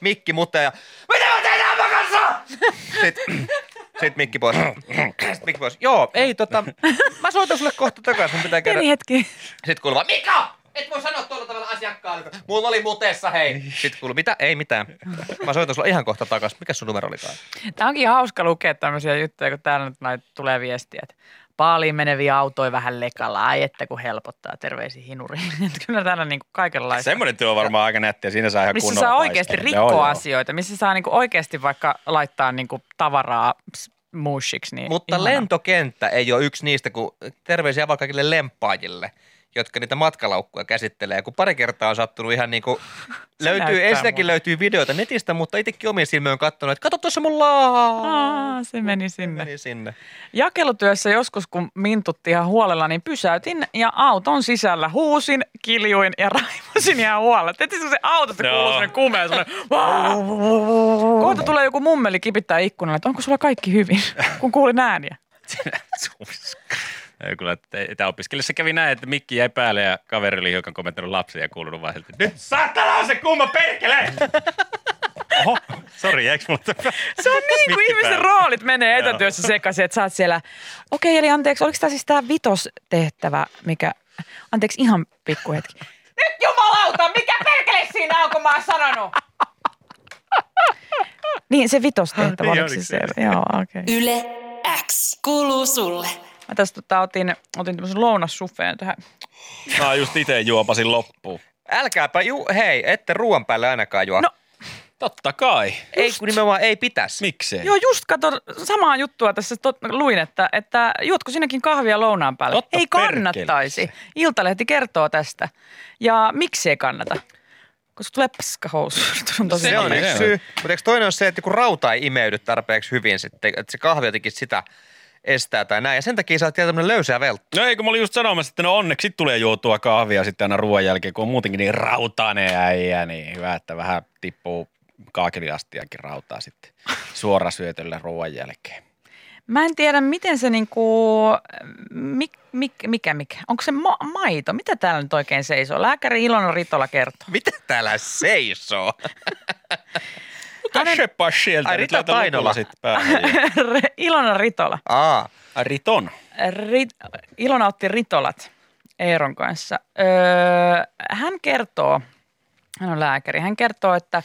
S3: Mikki mutta ja mitä mä tein tämän kanssa? Sitten sit Mikki pois. Sitten Mikki pois. Joo, ei tota, mä soitan sulle kohta takaisin, mun pitää käydä.
S5: Pieni hetki.
S3: Sitten kuuluu vaan, Mika! Et voi sanoa tuolla tavalla asiakkaalle. Mulla oli mutessa, hei. Sitten kuuluu, mitä? Ei mitään. Mä soitan sulla ihan kohta takaisin. Mikä sun numero olikaan?
S5: Tämä onkin hauska lukea tämmöisiä juttuja, kun täällä nyt näitä tulee viestiä, että paaliin meneviä autoja vähän lekalla, ai että kun helpottaa, terveisiä hinuriin. [LAUGHS] Että Kyllä täällä niin kuin kaikenlaista.
S4: Semmoinen työ on varmaan aika nättiä, siinä saa ihan
S5: Missä
S4: kunnolla
S5: saa oikeasti
S4: paiskea.
S5: rikkoa
S4: Joo, joo.
S5: asioita, missä saa niin kuin oikeasti vaikka laittaa niin kuin tavaraa s- mushiksi. Niin
S3: Mutta
S5: ihanaa.
S3: lentokenttä ei ole yksi niistä, kun terveisiä vaan kaikille lemppaajille, jotka niitä matkalaukkuja käsittelee. Kun pari kertaa on sattunut ihan niin
S5: [LAUGHS]
S3: kuin, löytyy,
S5: näyttää
S3: ensinnäkin
S5: mulle.
S3: löytyy videoita netistä, mutta itsekin omien silmiin on katsonut, että kato tuossa mun laa.
S5: Aa, se meni sinne.
S3: Meni sinne.
S5: Jakelutyössä joskus, kun mintutti ihan huolella, niin pysäytin ja auton sisällä huusin, kiljuin ja raivosin ihan huolella. Tietysti kun se autosta
S4: Joo.
S5: kuuluu semmoinen kumea, semmoinen Kohta tulee joku mummeli kipittää ikkunalle, että onko sulla kaikki hyvin, kun kuulin ääniä.
S4: [LAUGHS] Ei, kyllä, tämä opiskelijassa kävi näin, että mikki jäi päälle ja kaveri oli hiukan kommentoinut lapsia ja kuulunut vaan siltä, nyt saatana on se kumma perkele! Oho, sori, jäikö mulla tämä?
S5: Se on niin kuin
S4: Mikki
S5: ihmisten
S4: päälle.
S5: roolit menee
S4: Joo.
S5: etätyössä sekaisin, että sä oot siellä, okei eli anteeksi, oliko tämä siis tämä vitostehtävä, mikä, anteeksi ihan pikku hetki. Nyt jumalauta, mikä perkele siinä on, kun mä oon sanonut? Niin, se vitostehtävä,
S4: Niin,
S5: oliko
S4: oliko
S5: siis se?
S4: se?
S5: Joo, okei. Okay.
S2: Yle X kuuluu sulle.
S5: Mä tässä tota, otin, otin tämmöisen lounassufeen tähän.
S4: Mä just itse juopasin loppuun.
S3: Älkääpä, ju, hei, ette ruoan päälle ainakaan juo.
S5: No, Niin.
S4: Totta kai.
S3: ei, kun nimenomaan ei pitäisi.
S4: Miksei?
S5: Joo, just kato, samaa juttua tässä tot, luin, että, että juotko sinäkin kahvia lounaan päälle?
S4: Totta
S5: ei kannattaisi.
S4: perkeleessä.
S5: Iltalehti kertoo tästä. Ja miksi ei kannata? Koska tulee paskahousu. [LAUGHS] on tosi
S3: Se on
S4: Niin,
S3: yksi
S4: se on.
S3: syy. Mutta eikö toinen ole se, että kun rauta ei imeydy tarpeeksi hyvin, sitten, että se kahvi jotenkin sitä estää tai näin. Ja sen takia sä oot vielä tämmönen löysää velttä.
S4: No ei, kun mä olin just sanomassa, että no onneksi sit tulee juotua kahvia sitten aina ruoan jälkeen, kun on muutenkin niin rautainen äijä, niin hyvä, että vähän tippuu kaakeliastiakin rautaa sitten suorasyötöllä ruoan jälkeen.
S5: Mä en tiedä, miten se niinku, mik, mik, mikä, mikä, onko se ma- maito? Mitä täällä nyt oikein seisoo? Lääkäri Ilona Ritola kertoo. [LAUGHS]
S3: Mitä täällä seisoo?
S4: Kashepa sieltä.
S3: Ai,
S4: nyt
S3: Rita
S4: laita
S3: Tainola.
S4: lukulla sit päähän ja-
S5: Ilona Ritola.
S3: Aa,
S4: Ai, Riton.
S5: Rit, Ilona otti Ritolat Eeron kanssa. Öö, hän kertoo, hän on lääkäri, hän kertoo, että,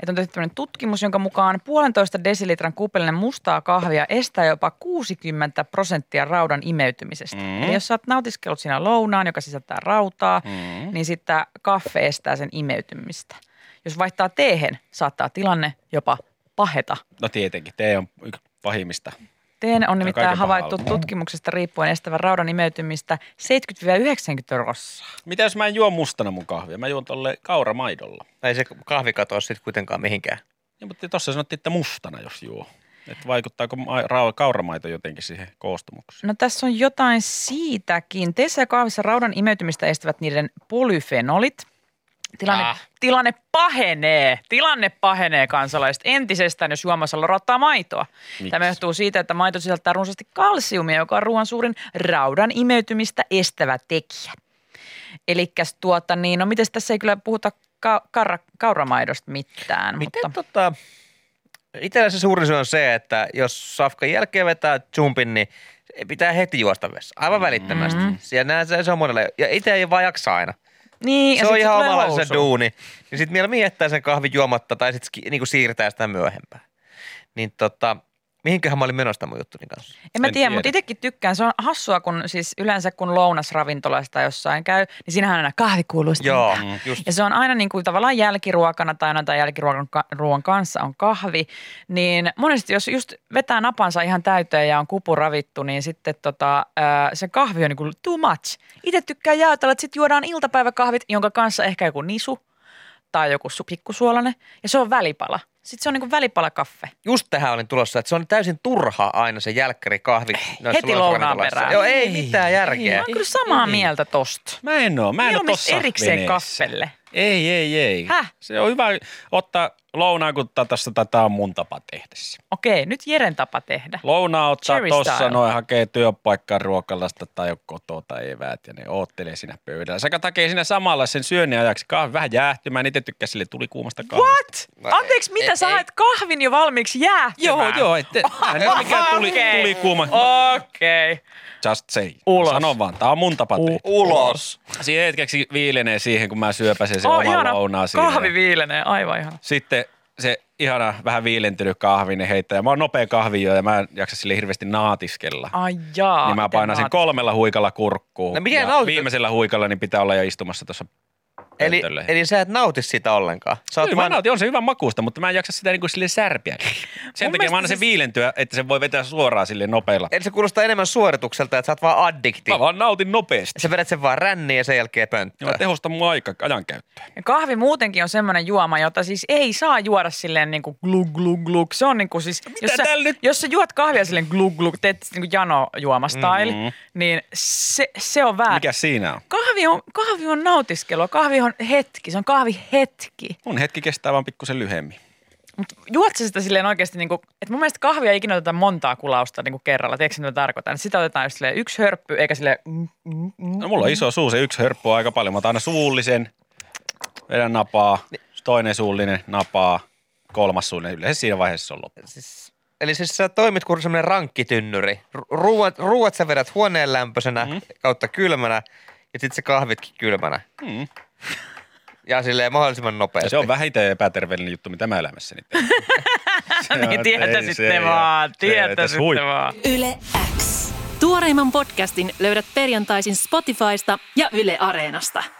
S5: että on tehty tämmöinen tutkimus, jonka mukaan puolentoista desilitran kuupillinen mustaa kahvia estää jopa 60 prosenttia raudan imeytymisestä.
S4: Mm.
S5: Mm. Eli jos sä oot nautiskellut siinä lounaan, joka sisältää rautaa,
S4: Mm.
S5: mm. niin sitten kaffe estää sen imeytymistä. Jos vaihtaa teehen, saattaa tilanne jopa paheta.
S4: No tietenkin, tee on yksi pahimmista.
S5: Teen on
S4: kaiken
S5: nimittäin
S4: pahalla.
S5: havaittu tutkimuksesta riippuen estävän raudan imeytymistä 70-90 rossaa.
S4: Mitä jos mä en juo mustana mun kahvia? Mä juon tolle kauramaidolla.
S3: ei se kahvi katoa sitten kuitenkaan mihinkään.
S4: Ja,
S6: Niin,
S4: mutta tuossa sanottiin, että mustana jos juo. Että vaikuttaako ma- ra- kauramaito jotenkin siihen koostumukseen?
S5: No tässä on jotain siitäkin. Teissä ja kahvissa raudan imeytymistä estävät niiden polyfenolit. Tilanne,
S3: Ah.
S5: ah. tilanne pahenee. Tilanne pahenee kansalaiset entisestään, jos juomassa lorottaa maitoa.
S4: Miksi?
S5: Tämä johtuu siitä, että maito sisältää runsaasti kalsiumia, joka on ruoan suurin raudan imeytymistä estävä tekijä. Eli tuota niin, no miten tässä ei kyllä puhuta ka- karra- kauramaidosta mitään.
S3: Miten
S5: No, mutta...
S3: tota, itsellä se suurin syy on se, että jos safkan jälkeen vetää jumpin, niin pitää heti juosta vessaan.
S5: Mm.
S3: Aivan välittömästi. Mm-hmm. Siellä se, se on monelle. Ja itse ei vaan jaksa aina.
S5: Niin,
S3: se
S5: ja
S3: on
S5: sit
S3: ihan
S5: tulee
S3: omanlaisensa
S5: housuun.
S3: duuni. Niin niinku sitten mieluummin jättää sen kahvin juomatta tai sitten niin siirtää sitä myöhempään. Niin tota, Mihinköhän mä olin menossa tämän juttunin kanssa?
S5: En mä tiedä,
S6: En tiedä.
S5: mutta itsekin tykkään. Se on hassua, kun siis yleensä kun lounasravintolasta jossain käy, niin siinähän on aina kahvi kuuluu sitten
S3: Joo, just
S5: Ja se on aina niin kuin tavallaan jälkiruokana tai aina tai jälkiruokan ka- ruoan kanssa on kahvi. Niin monesti jos just vetää napansa ihan täyteen ja on kupu ravittu, niin sitten tota, ää, se kahvi on niin kuin too much. Itse tykkää jaotella, että sitten juodaan iltapäiväkahvit, jonka kanssa ehkä joku nisu tai joku su- pikkusuolainen. Ja se on välipala. Sitten se on niin kuin välipalakaffe.
S3: just tähän olin tulossa, että se on täysin turha aina se jälkkäri kahvi.
S5: Heti lounaan perään.
S3: Joo, ei mitään
S5: Mä
S3: järkeä.
S5: oon kyllä samaa mieltä tosta.
S6: Mä en oo, mä en oo
S5: Mieluummin
S6: tossa
S5: erikseen
S6: veneessä.
S5: kaffelle.
S6: Ei, ei, ei.
S5: Häh?
S6: Se on hyvä ottaa lounaa, kun tässä tätä on mun tapa tehdä se.
S5: Okei, nyt Jeren tapa tehdä.
S6: Lounaa ottaa
S5: Cherry
S6: tossa
S5: style.
S6: noin, hakee työpaikkaan ruokalasta tai kotoa tai eväät ja ne oottelee siinä pöydällä. Sekä hakee siinä samalla sen syönnin ajaksi kahvi vähän jäähtymään. Itse tykkäsin sille tuli kuumasta kahvista.
S5: What? Anteeksi, mitä? Sä haet kahvin jo valmiiksi jäähtymään?
S6: Joo, joo. [LAUGHS] Ette, en ole mikään tuli,
S5: Okei.
S6: tuli kuuma.
S5: Okei.
S6: Just say.
S5: Ulos.
S6: Sano vaan, tää on mun tapa tehdä.
S3: Ulos.
S6: Siinä hetkeksi viilenee siihen, kun mä syöpäsen sen
S5: Oh,
S6: oman
S5: ihana.
S6: lounaa siinä.
S5: Kahvi viilenee, aivan ihana.
S6: Sitten se ihana vähän viilentynyt kahvi, niin heittää. Mä oon nopea kahvi jo ja mä en jaksa sille hirveästi naatiskella.
S5: Ai jaa.
S6: niin mä
S5: miten
S6: painan sen
S5: oot-
S6: kolmella huikalla kurkkuun.
S3: No miten
S6: ja
S3: nautit-
S6: viimeisellä huikalla niin pitää olla jo istumassa tuossa
S3: Eli,
S6: pöntölle.
S3: eli sä et nauti sitä ollenkaan. Sä oot
S6: Kyllä mä
S3: vaan,
S6: nautin, on se hyvän makuusta, mutta mä en jaksa sitä niinku sille särpiä. Sen takia
S5: mielestä
S6: mä annan sen
S5: siis-
S6: viilentyä, että sen voi vetää suoraan sille nopeilla.
S3: eli se kuulostaa enemmän suoritukselta, että sä oot vaan addikti.
S6: Mä vaan nautin nopeasti.
S3: Sä vedät sen vaan ränniin ja sen jälkeen
S6: Mä
S3: pönttöön.
S6: tehostan mun aika, ajankäyttöä.
S5: Ja kahvi muutenkin on semmoinen juoma, jota siis ei saa juoda silleen niinku glug glug glug. Se on niinku siis, jos sä,
S6: täällä nyt-
S5: jos sä juot kahvia silleen glug glug, teet niinku jano juomastyle,
S6: Mhm.
S5: mm-hmm. niin se, se on väärä.
S6: Mikä siinä on?
S5: Kahvi on, kahvi on nautiskelua, kahvi on hetki, se on kahvihetki.
S6: Mun hetki kestää vaan pikkusen lyhemmin.
S5: Mutta juot sä sitä silleen oikeasti, niinku, että mun mielestä kahvia ei ikinä oteta montaa kulausta niinku kerralla, tiedätkö mitä mä tarkoitan? Sitä otetaan just silleen yksi hörppy, eikä silleen mm, mm, mm.
S6: No mulla on iso suu, se yksi hörppö on aika paljon. Mä otan aina suullisen, vedän napaa, toinen suullinen napaa, kolmas suullinen. Yleensä siinä vaiheessa se on loppu.
S3: Siis, eli siis sä toimit kuin semmoinen rankkitynnyri. Ru- Ruuat, ruuat sä vedät huoneen lämpöisenä
S6: Mhm.
S3: mm. kautta kylmänä ja sitten se kahvitkin kylmänä.
S6: Mm.
S3: Ja silleen mahdollisimman nopeasti.
S6: Ja se on vähiten epäterveellinen juttu, mitä mä elämässäni teen. Se on-
S5: Niin tietä
S6: ei se,
S5: sitten vaan,
S6: ja se, että
S5: tietä
S6: se hui.
S5: sitten vaan.
S7: Yle X. Tuoreimman podcastin löydät perjantaisin Spotifysta ja Yle Areenasta.